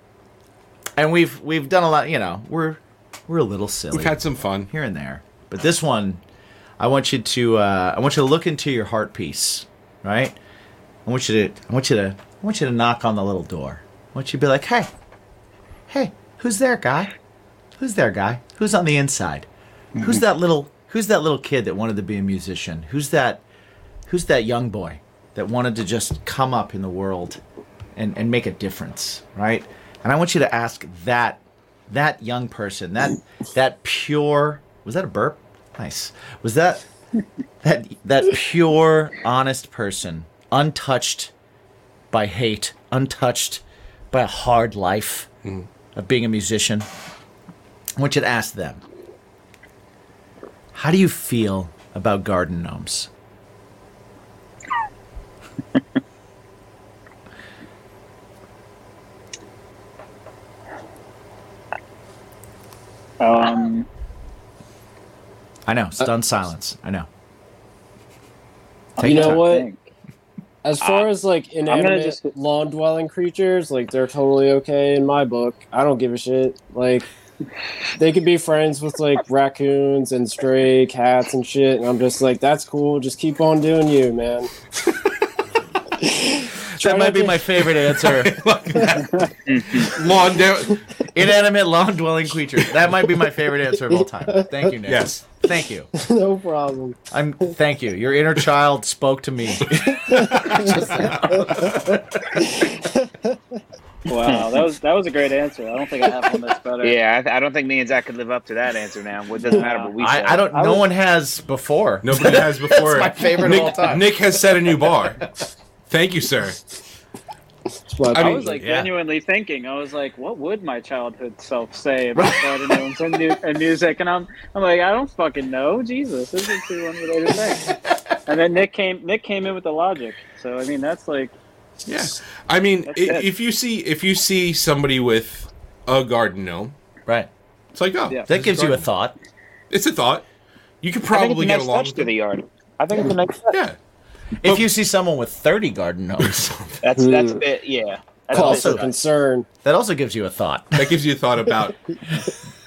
[SPEAKER 1] and we've we've done a lot. You know, we're we're a little silly
[SPEAKER 2] We've had some fun.
[SPEAKER 1] here and there, but this one, I want you to uh, I want you to look into your heart piece, right? I want you to I want you to I want you to knock on the little door. I want you to be like, hey, hey, who's there, guy? Who's there, guy? Who's on the inside? Who's that little Who's that little kid that wanted to be a musician? Who's that Who's that young boy that wanted to just come up in the world and and make a difference, right? And I want you to ask that that young person, that that pure was that a burp? Nice. Was that that that pure, honest person, untouched by hate, untouched by a hard life of being a musician. I want you to ask them, how do you feel about garden gnomes?
[SPEAKER 5] Um,
[SPEAKER 1] I know, stunned silence. I know.
[SPEAKER 4] you know
[SPEAKER 5] I
[SPEAKER 4] what?
[SPEAKER 5] think.
[SPEAKER 4] As far as like
[SPEAKER 5] Uh, gonna
[SPEAKER 4] inanimate
[SPEAKER 5] just-
[SPEAKER 4] lawn dwelling creatures, like they're totally okay in my book. I don't give a shit. Like they could be friends with like raccoons and stray cats and shit, and I'm just like, that's cool. Just keep on doing you, man. <laughs>
[SPEAKER 1] That might be my favorite answer.
[SPEAKER 2] Lawn down.
[SPEAKER 1] <laughs> Inanimate lawn dwelling creature. That might be my favorite answer of all time. Thank you, Nick.
[SPEAKER 2] Yes.
[SPEAKER 1] Thank you.
[SPEAKER 4] no problem.
[SPEAKER 1] I'm thank you. Your inner child spoke to
[SPEAKER 2] <laughs>
[SPEAKER 1] me.
[SPEAKER 5] Wow, that was that was a great answer. I don't think I have one
[SPEAKER 2] <laughs>
[SPEAKER 5] that's better.
[SPEAKER 3] Yeah, I, th- I don't think me and Zach could live up to that answer now. Well, It doesn't matter what we said.
[SPEAKER 1] I, I don't
[SPEAKER 5] I
[SPEAKER 1] no
[SPEAKER 5] was-
[SPEAKER 1] one has before.
[SPEAKER 2] Nobody has before.
[SPEAKER 1] my favorite of
[SPEAKER 2] Nick,
[SPEAKER 1] all time.
[SPEAKER 2] Nick has set a new bar. Thank you, sir.
[SPEAKER 4] It's my
[SPEAKER 2] I
[SPEAKER 5] I
[SPEAKER 2] mean-
[SPEAKER 5] was like
[SPEAKER 2] Yeah.
[SPEAKER 5] genuinely thinking. I was like, what would my childhood self say about cardinals and, mu- and music? And I'm, I'm like, I don't fucking know. Jesus, this is too unrelated thing.
[SPEAKER 2] <laughs>
[SPEAKER 5] And then Nick came, Nick came in with the logic. So I mean, that's like,
[SPEAKER 2] Yeah. I mean, i-
[SPEAKER 5] That's good.
[SPEAKER 2] if you see if you see somebody with a garden gnome,
[SPEAKER 1] Right.
[SPEAKER 2] it's like, oh,
[SPEAKER 5] Yeah.
[SPEAKER 2] there's
[SPEAKER 1] That gives you a
[SPEAKER 2] garden.
[SPEAKER 1] thought.
[SPEAKER 2] It's a thought. You could
[SPEAKER 3] I think it's
[SPEAKER 2] probably
[SPEAKER 3] a
[SPEAKER 2] get
[SPEAKER 3] nice
[SPEAKER 2] along
[SPEAKER 3] touch
[SPEAKER 2] with
[SPEAKER 3] to the
[SPEAKER 2] it.
[SPEAKER 3] yard. I think it's a nice touch.
[SPEAKER 2] Yeah.
[SPEAKER 1] If you see someone with 30 garden gnomes,
[SPEAKER 3] That's
[SPEAKER 2] <laughs>
[SPEAKER 3] that's a bit. Yeah. That's a bit
[SPEAKER 4] cause for
[SPEAKER 3] touch.
[SPEAKER 4] concern.
[SPEAKER 1] <laughs> that also gives you a thought.
[SPEAKER 2] That gives you a thought about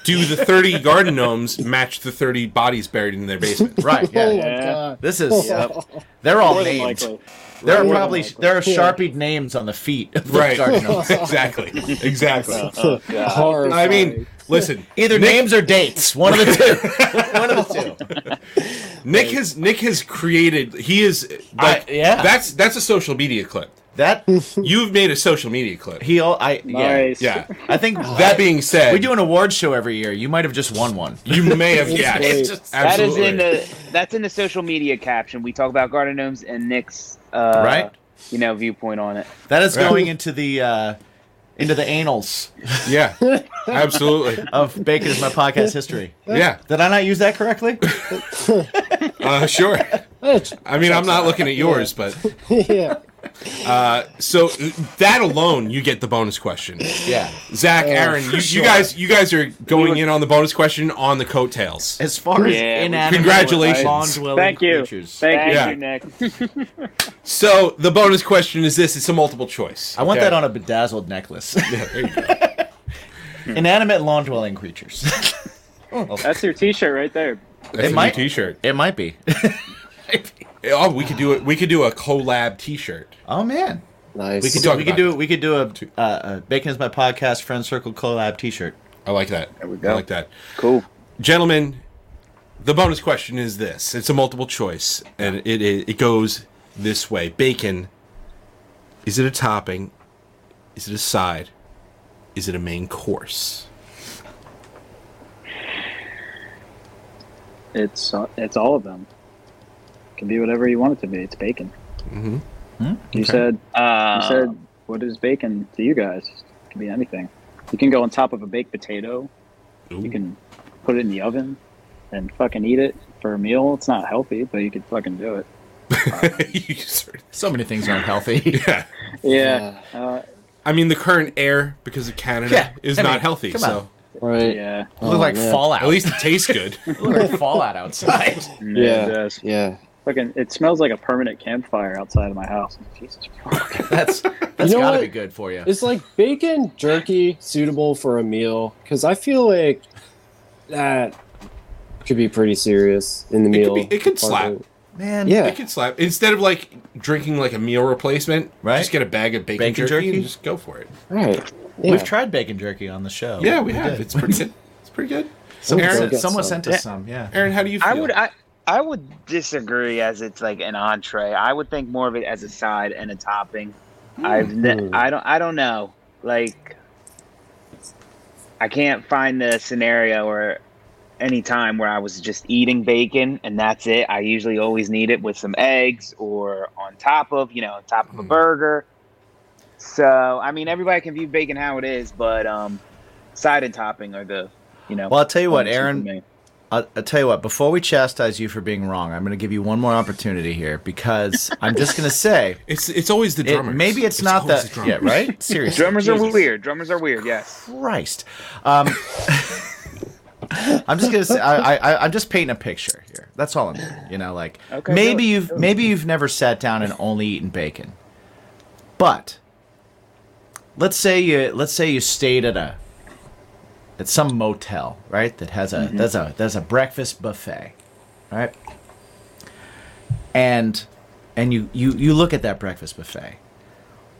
[SPEAKER 2] do the 30 garden gnomes match the 30 bodies buried in their basement?
[SPEAKER 1] <laughs> Right. Yeah.
[SPEAKER 4] Oh
[SPEAKER 5] <laughs>
[SPEAKER 4] my
[SPEAKER 5] Yeah.
[SPEAKER 4] god.
[SPEAKER 1] This is uh,
[SPEAKER 5] Yep.
[SPEAKER 1] they're all
[SPEAKER 2] Oh,
[SPEAKER 5] more than
[SPEAKER 1] named.
[SPEAKER 5] likely.
[SPEAKER 1] There are
[SPEAKER 5] More than
[SPEAKER 1] probably
[SPEAKER 5] likely.
[SPEAKER 1] there are
[SPEAKER 4] Yeah.
[SPEAKER 1] sharpied names on the feet of the
[SPEAKER 2] Right.
[SPEAKER 1] garden
[SPEAKER 2] <laughs>
[SPEAKER 1] gnomes.
[SPEAKER 2] exactly. Exactly.
[SPEAKER 4] Horrifying.
[SPEAKER 2] I mean, listen,
[SPEAKER 1] Either names or <laughs> dates. One of the
[SPEAKER 2] <laughs>
[SPEAKER 1] two. One of the two.
[SPEAKER 2] Nick has Nick has created. He is like
[SPEAKER 1] yeah.
[SPEAKER 2] That's that's a social media clip.
[SPEAKER 1] That
[SPEAKER 2] You've made a social media clip.
[SPEAKER 1] he all I
[SPEAKER 5] Nice.
[SPEAKER 2] Yeah.
[SPEAKER 1] yeah. I think
[SPEAKER 2] That being said,
[SPEAKER 1] we do an award show every year. You might have just won one.
[SPEAKER 2] You
[SPEAKER 1] <laughs>
[SPEAKER 2] may have. yeah.
[SPEAKER 4] great.
[SPEAKER 2] it's just-
[SPEAKER 3] That is
[SPEAKER 2] absolutely.
[SPEAKER 3] in the that's in the social media caption. We talk about garden gnomes and Nick's uh,
[SPEAKER 1] Right.
[SPEAKER 3] you know viewpoint on it.
[SPEAKER 1] That is
[SPEAKER 2] Right.
[SPEAKER 1] going into the uh into the anals
[SPEAKER 2] Yeah.
[SPEAKER 1] <laughs>
[SPEAKER 2] Absolutely.
[SPEAKER 1] of Baker's My Podcast history.
[SPEAKER 2] Yeah.
[SPEAKER 1] Did I not use that correctly?
[SPEAKER 2] Uh, sure.
[SPEAKER 4] Bitch.
[SPEAKER 2] I mean, I'm not looking at yours, but
[SPEAKER 4] yeah.
[SPEAKER 2] uh, so that alone, you get the bonus question.
[SPEAKER 1] Yeah. Oh,
[SPEAKER 2] Zach, Aaron, you, you guys, you guys are going in on the bonus question on the coattails.
[SPEAKER 1] As far as
[SPEAKER 3] Yeah, we-
[SPEAKER 1] inanimate
[SPEAKER 2] Congratulations.
[SPEAKER 1] lawn-dwelling
[SPEAKER 5] Thank you.
[SPEAKER 1] creatures.
[SPEAKER 5] Thank,
[SPEAKER 2] Yeah.
[SPEAKER 5] you, Nick.
[SPEAKER 2] So the bonus question is this: it's a multiple choice.
[SPEAKER 1] I want
[SPEAKER 2] Okay?
[SPEAKER 1] that on a bedazzled necklace. <laughs>
[SPEAKER 2] Yeah, there you go.
[SPEAKER 1] Inanimate lawn dwelling creatures.
[SPEAKER 5] That's your T-shirt right there.
[SPEAKER 2] That's a new
[SPEAKER 1] might-
[SPEAKER 2] T-shirt.
[SPEAKER 1] it might be.
[SPEAKER 2] Oh, we could do it. We could do a collab T-shirt.
[SPEAKER 1] Oh man,
[SPEAKER 4] Nice.
[SPEAKER 1] we could
[SPEAKER 2] Talk
[SPEAKER 1] do, we could
[SPEAKER 2] about
[SPEAKER 1] do we could do a, uh, a bacon is my podcast friend circle collab T-shirt.
[SPEAKER 2] I like that. There
[SPEAKER 3] we go.
[SPEAKER 2] I like that,
[SPEAKER 3] Cool.
[SPEAKER 2] gentlemen. The bonus question is this: It's a multiple choice, and it it, it goes this way: Bacon. Is it a topping? Is it a side? Is it a main course?
[SPEAKER 5] It's uh, it's all of them. Can be whatever you want it to be. It's bacon.
[SPEAKER 2] Mm-hmm.
[SPEAKER 5] You
[SPEAKER 2] Okay.
[SPEAKER 5] said you
[SPEAKER 3] Uh,
[SPEAKER 5] said what is bacon to you guys? It can be anything. You can go on top of a baked potato. You can put it in the oven and fucking eat it for a meal. It's not healthy, but you could fucking do it.
[SPEAKER 2] <laughs> You sort of-
[SPEAKER 1] So many things aren't <laughs> healthy.
[SPEAKER 2] yeah.
[SPEAKER 5] Yeah, uh,
[SPEAKER 2] I mean, the current air because of Canada
[SPEAKER 1] Yeah,
[SPEAKER 2] is
[SPEAKER 1] I mean,
[SPEAKER 2] not healthy.
[SPEAKER 1] come
[SPEAKER 2] So
[SPEAKER 1] on.
[SPEAKER 4] Right.
[SPEAKER 5] yeah,
[SPEAKER 4] Oh,
[SPEAKER 1] look like
[SPEAKER 4] man.
[SPEAKER 1] fallout.
[SPEAKER 2] at least it tastes good.
[SPEAKER 1] look like fallout outside.
[SPEAKER 4] Yeah.
[SPEAKER 5] It does.
[SPEAKER 4] Yeah.
[SPEAKER 5] Fucking, it smells like a permanent campfire outside of my house. Jesus fuck.
[SPEAKER 1] <laughs> That's that's
[SPEAKER 4] know
[SPEAKER 1] gotta
[SPEAKER 4] what?
[SPEAKER 1] be good for you.
[SPEAKER 4] It's like bacon jerky suitable for a meal because I feel like that could be pretty serious in the
[SPEAKER 2] It could
[SPEAKER 4] meal.
[SPEAKER 2] be- it could slap.
[SPEAKER 4] department.
[SPEAKER 1] Man,
[SPEAKER 4] Yeah.
[SPEAKER 2] It can slap instead of like drinking like a meal replacement.
[SPEAKER 1] Right.
[SPEAKER 2] Just get a bag of bacon,
[SPEAKER 1] Bacon
[SPEAKER 2] jerky,
[SPEAKER 1] jerky?
[SPEAKER 2] and just go for it.
[SPEAKER 4] Right. Yeah.
[SPEAKER 1] we've tried bacon jerky on the show.
[SPEAKER 2] yeah, we, have.
[SPEAKER 1] Oh, did.
[SPEAKER 2] It's pretty
[SPEAKER 1] <laughs>
[SPEAKER 2] good. It's pretty good.
[SPEAKER 1] Someone,
[SPEAKER 2] Aaron-
[SPEAKER 1] sent, someone
[SPEAKER 4] Yeah.
[SPEAKER 1] sent us some, yeah.
[SPEAKER 2] Aaron, how do you feel?
[SPEAKER 3] I would I I would disagree as it's like an entree. I would think more of it as a side and a topping. I've ne-
[SPEAKER 4] Hmm.
[SPEAKER 3] I don't I don't know. Like I can't find the scenario or any time where I was just eating bacon and that's it. I usually always need it with some eggs or on top of, you know, on top of a
[SPEAKER 2] Hmm.
[SPEAKER 3] burger. So, I mean, everybody can view bacon how it is, but um side and topping are the, you know.
[SPEAKER 1] Well, I'll tell you what,
[SPEAKER 3] ones for
[SPEAKER 1] Aaron,
[SPEAKER 3] me.
[SPEAKER 1] I'll, I'll tell you what. Before we chastise you for being wrong, I'm going to give you one more opportunity here because I'm just <laughs> going to say
[SPEAKER 2] It's it's always the
[SPEAKER 1] it,
[SPEAKER 2] drummer.
[SPEAKER 1] maybe it's, not
[SPEAKER 2] always
[SPEAKER 1] that.
[SPEAKER 2] the
[SPEAKER 1] yeah,
[SPEAKER 2] drummers.
[SPEAKER 1] <laughs> right? Seriously,
[SPEAKER 3] Drummers are
[SPEAKER 1] Jesus
[SPEAKER 3] weird. Drummers are weird. Yes.
[SPEAKER 1] Christ. Um, I'm just gonna say I, I I'm just painting a picture here. That's all I'm doing. You know, like
[SPEAKER 5] Okay,
[SPEAKER 1] maybe
[SPEAKER 5] do it.
[SPEAKER 1] you've maybe you've never sat down and only eaten bacon, but let's say you let's say you stayed at a at some motel, right? That has a that's a that's a breakfast buffet, right? And and you you you look at that breakfast buffet.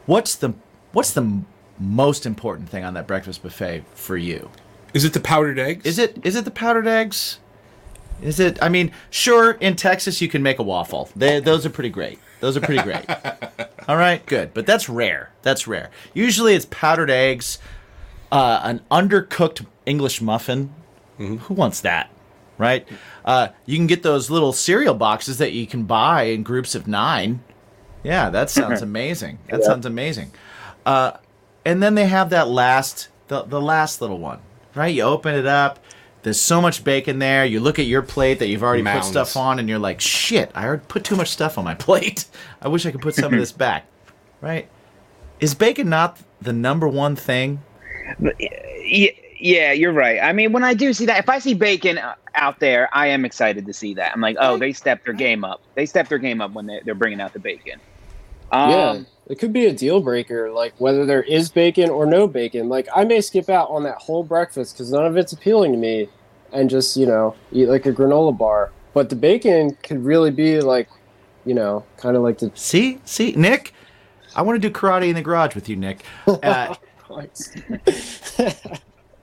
[SPEAKER 1] What's the what's the m- most important thing on that breakfast buffet for you?
[SPEAKER 2] Is it the powdered eggs?
[SPEAKER 1] Is it is it the powdered eggs? Is it? I mean, sure. In Texas, you can make a waffle. They, those are pretty great. Those are pretty great. All right, good. But that's rare. That's rare. Usually, it's powdered eggs, uh, an undercooked English muffin. Who wants that? Right? Uh, you can get those little cereal boxes that you can buy in groups of nine. Yeah, that sounds amazing. That sounds amazing Uh, and then they have that last the, the last little one right you open it up there's so much bacon there you look at your plate that you've already
[SPEAKER 2] Mounds.
[SPEAKER 1] put stuff on and you're like shit i already put too much stuff on my <laughs> plate i wish i could put some of this back right is bacon not the number one thing
[SPEAKER 3] Yeah, yeah, you're right. I mean, when I do see that, if I see bacon uh, out there, I am excited to see that. I'm like, oh, they stepped their game up. They stepped their game up when they, they're bringing out the bacon. Um,
[SPEAKER 4] Yeah, it could be a deal breaker, like whether there is bacon or no bacon. Like I may skip out on that whole breakfast because none of it's appealing to me, and just you know eat like a granola bar. But the bacon could really be like, you know, kind of like the
[SPEAKER 1] see see nick i want to do karate in the garage with you nick
[SPEAKER 4] <laughs>
[SPEAKER 1] uh,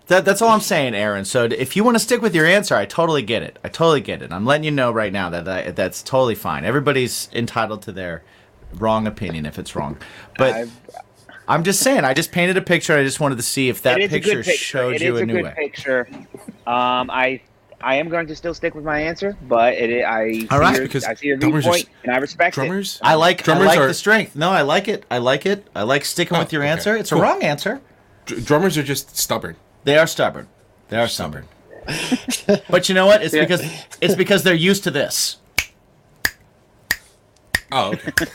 [SPEAKER 1] That, that's all I'm saying, Aaron. So if you want to stick with your answer, I totally get it. I totally get it. I'm letting you know right now that I, that's totally fine. Everybody's entitled to their wrong opinion if it's wrong. But i
[SPEAKER 3] I've-
[SPEAKER 1] am just saying, I just painted a picture. I just wanted to see if that
[SPEAKER 3] it is a
[SPEAKER 1] picture,
[SPEAKER 3] good picture.
[SPEAKER 1] showed
[SPEAKER 3] It
[SPEAKER 1] you
[SPEAKER 3] is
[SPEAKER 1] a
[SPEAKER 3] a
[SPEAKER 1] new
[SPEAKER 3] good
[SPEAKER 1] way.
[SPEAKER 3] picture. Um, I I am going to still stick with my answer, but it, it I
[SPEAKER 1] All
[SPEAKER 3] see
[SPEAKER 1] right,
[SPEAKER 3] your-
[SPEAKER 2] because
[SPEAKER 3] I see your
[SPEAKER 2] drummers are
[SPEAKER 3] viewpoint
[SPEAKER 2] s-
[SPEAKER 3] and I respect
[SPEAKER 2] drummers?
[SPEAKER 1] I like I
[SPEAKER 2] drummers
[SPEAKER 1] like
[SPEAKER 2] are
[SPEAKER 1] the strength. No, I like it. I like it. I like sticking
[SPEAKER 2] Oh,
[SPEAKER 1] with your
[SPEAKER 2] okay.
[SPEAKER 1] answer. It's a
[SPEAKER 2] Cool.
[SPEAKER 1] wrong answer.
[SPEAKER 2] dr- drummers are just stubborn.
[SPEAKER 1] They are stubborn. They are
[SPEAKER 2] <laughs>
[SPEAKER 1] stubborn. but you know what? It's because it's because they're used to this.
[SPEAKER 2] Oh,
[SPEAKER 1] <laughs>
[SPEAKER 2] okay.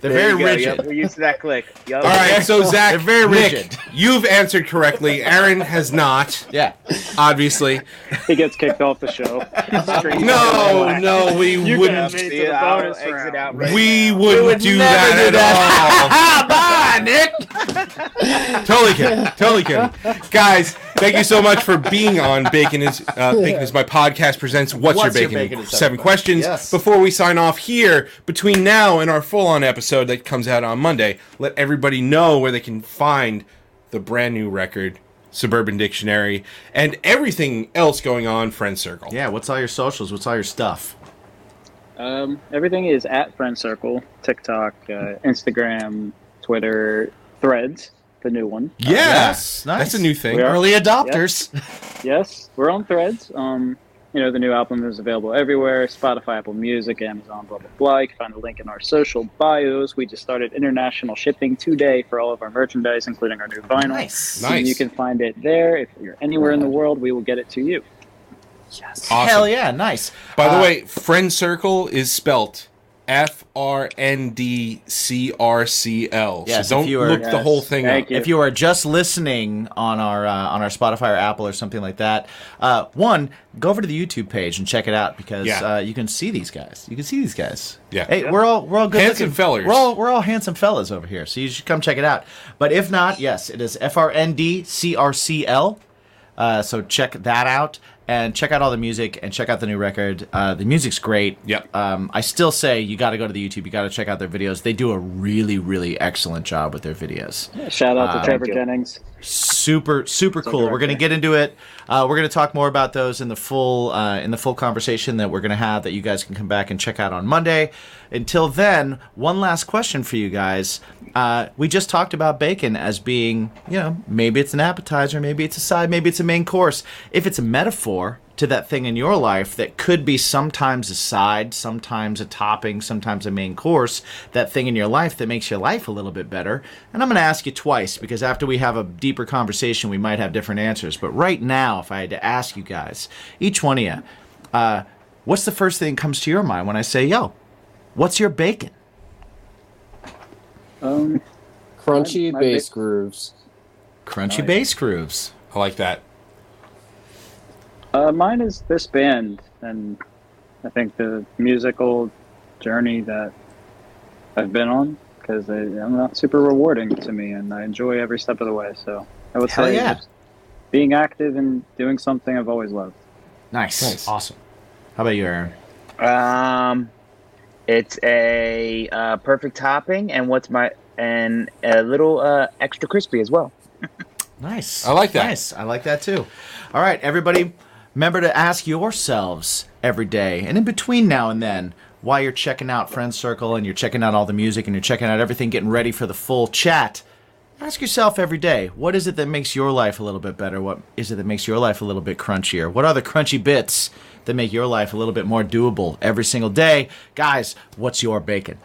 [SPEAKER 1] They're
[SPEAKER 3] it. There
[SPEAKER 1] very
[SPEAKER 3] you go.
[SPEAKER 1] rigid.
[SPEAKER 3] Yep, we're used to that click. Yep.
[SPEAKER 2] All right. So Zach,
[SPEAKER 1] They're very
[SPEAKER 2] Nick,
[SPEAKER 1] rigid.
[SPEAKER 2] You've answered correctly. Aaron has not,
[SPEAKER 1] Yeah. <laughs>
[SPEAKER 2] obviously.
[SPEAKER 5] he gets kicked off the show.
[SPEAKER 2] No, no, we
[SPEAKER 3] <laughs>
[SPEAKER 5] You
[SPEAKER 2] wouldn't.
[SPEAKER 5] can-
[SPEAKER 3] See, I'll exit out right
[SPEAKER 2] We
[SPEAKER 3] now.
[SPEAKER 2] wouldn't
[SPEAKER 1] would
[SPEAKER 2] do
[SPEAKER 1] never
[SPEAKER 2] that
[SPEAKER 1] do Bye, Nick.
[SPEAKER 2] at all. <laughs> Totally kidding. Totally kidding. Guys, thank you so much for being on Bacon is uh, Bacon is my podcast presents What's,
[SPEAKER 1] What's
[SPEAKER 2] Your
[SPEAKER 1] Your
[SPEAKER 2] Bacon?
[SPEAKER 1] Bacon
[SPEAKER 2] in
[SPEAKER 1] is
[SPEAKER 2] seven questions.
[SPEAKER 1] Yes.
[SPEAKER 2] Before we sign off here, between now and our full on episode that comes out on Monday, let everybody know where they can find the brand new record Suburban Dictionary, and everything else going on, Friend Circle.
[SPEAKER 1] Yeah, what's all your socials? What's all your stuff?
[SPEAKER 5] Um, everything is at Friend Circle, TikTok, uh, Instagram, Twitter, Threads, the new one.
[SPEAKER 2] Yes,
[SPEAKER 1] Yes, nice.
[SPEAKER 2] that's a new thing.
[SPEAKER 5] We are-
[SPEAKER 1] Early adopters.
[SPEAKER 5] Yes, we're on Threads. Um, you know, the new album is available everywhere Spotify, Apple Music, Amazon, blah, blah, blah. You can find a link in our social bios. We just started international shipping today for all of our merchandise, including our new vinyl.
[SPEAKER 1] Nice.
[SPEAKER 5] So
[SPEAKER 2] Nice.
[SPEAKER 5] You can find it there. If you're anywhere in the world, we will get it to you.
[SPEAKER 2] Awesome.
[SPEAKER 1] Hell yeah, nice.
[SPEAKER 2] By the
[SPEAKER 1] Uh,
[SPEAKER 2] way, friend circle is spelt F R N D C R C L.
[SPEAKER 1] Yes, if
[SPEAKER 2] so don't
[SPEAKER 1] you are-
[SPEAKER 2] look the
[SPEAKER 5] Yes,
[SPEAKER 2] whole thing
[SPEAKER 5] thank
[SPEAKER 2] up.
[SPEAKER 5] you.
[SPEAKER 1] if you are just listening on our uh, on our Spotify or Apple or something like that, uh, one go over to the YouTube page and check it out because
[SPEAKER 2] Yeah.
[SPEAKER 1] uh, you can see these guys. You can see these guys.
[SPEAKER 2] Yeah.
[SPEAKER 1] Hey, we're all we're all good
[SPEAKER 2] Handsome
[SPEAKER 1] looking.
[SPEAKER 2] fellers.
[SPEAKER 1] We're all we're all handsome fellas over here. So you should come check it out. But if not, yes, it is F R N D C R C L. Uh, so check that out and check out all the music and check out the new record. Uh, the music's great.
[SPEAKER 2] Yep.
[SPEAKER 1] Um, I still say you got to go to the YouTube. You got to check out their videos. They do a really, really excellent job with their videos
[SPEAKER 5] Shout out to Trevor
[SPEAKER 3] you.
[SPEAKER 5] Jennings.
[SPEAKER 1] super super cool. We're gonna get into it. Uh, we're gonna talk more about those in the full uh, in the full conversation that we're gonna have that you guys can come back and check out on Monday. Until then, one last question for you guys. Uh, we just talked about bacon as being you know maybe it's an appetizer, maybe it's a side, maybe it's a main course. If it's a metaphor to that thing in your life that could be sometimes a side, sometimes a topping, sometimes a main course, that thing in your life that makes your life a little bit better. And I'm going to ask you twice because after we have a deeper conversation, we might have different answers. But right now, if I had to ask you guys, each one of you, uh, what's the first thing that comes to your mind when I say, yo, what's your bacon?
[SPEAKER 5] Um,
[SPEAKER 4] Crunchy
[SPEAKER 5] My- my
[SPEAKER 4] bass
[SPEAKER 5] big-
[SPEAKER 4] grooves.
[SPEAKER 1] Crunchy bass grooves.
[SPEAKER 2] I like that.
[SPEAKER 5] Uh, mine is this band, and I think the musical journey that I've been on because I'm not super rewarding to me, and I enjoy every step of the way. So I would
[SPEAKER 1] Hell
[SPEAKER 5] say
[SPEAKER 1] yeah.
[SPEAKER 5] just being active and doing something I've always loved.
[SPEAKER 1] Nice.
[SPEAKER 2] Nice.
[SPEAKER 1] Awesome. How about you, Aaron?
[SPEAKER 3] Um, it's a uh, perfect topping, and what's my and a little uh, extra crispy as well.
[SPEAKER 1] Nice.
[SPEAKER 2] I like that.
[SPEAKER 1] Nice. I like that too. All right, everybody, remember to ask yourselves every day and in between now and then while you're checking out Friend Circle and you're checking out all the music and you're checking out everything, getting ready for the full chat. Ask yourself every day, what is it that makes your life a little bit better? What is it that makes your life a little bit crunchier? What are the crunchy bits that make your life a little bit more doable every single day? Guys, what's your bacon?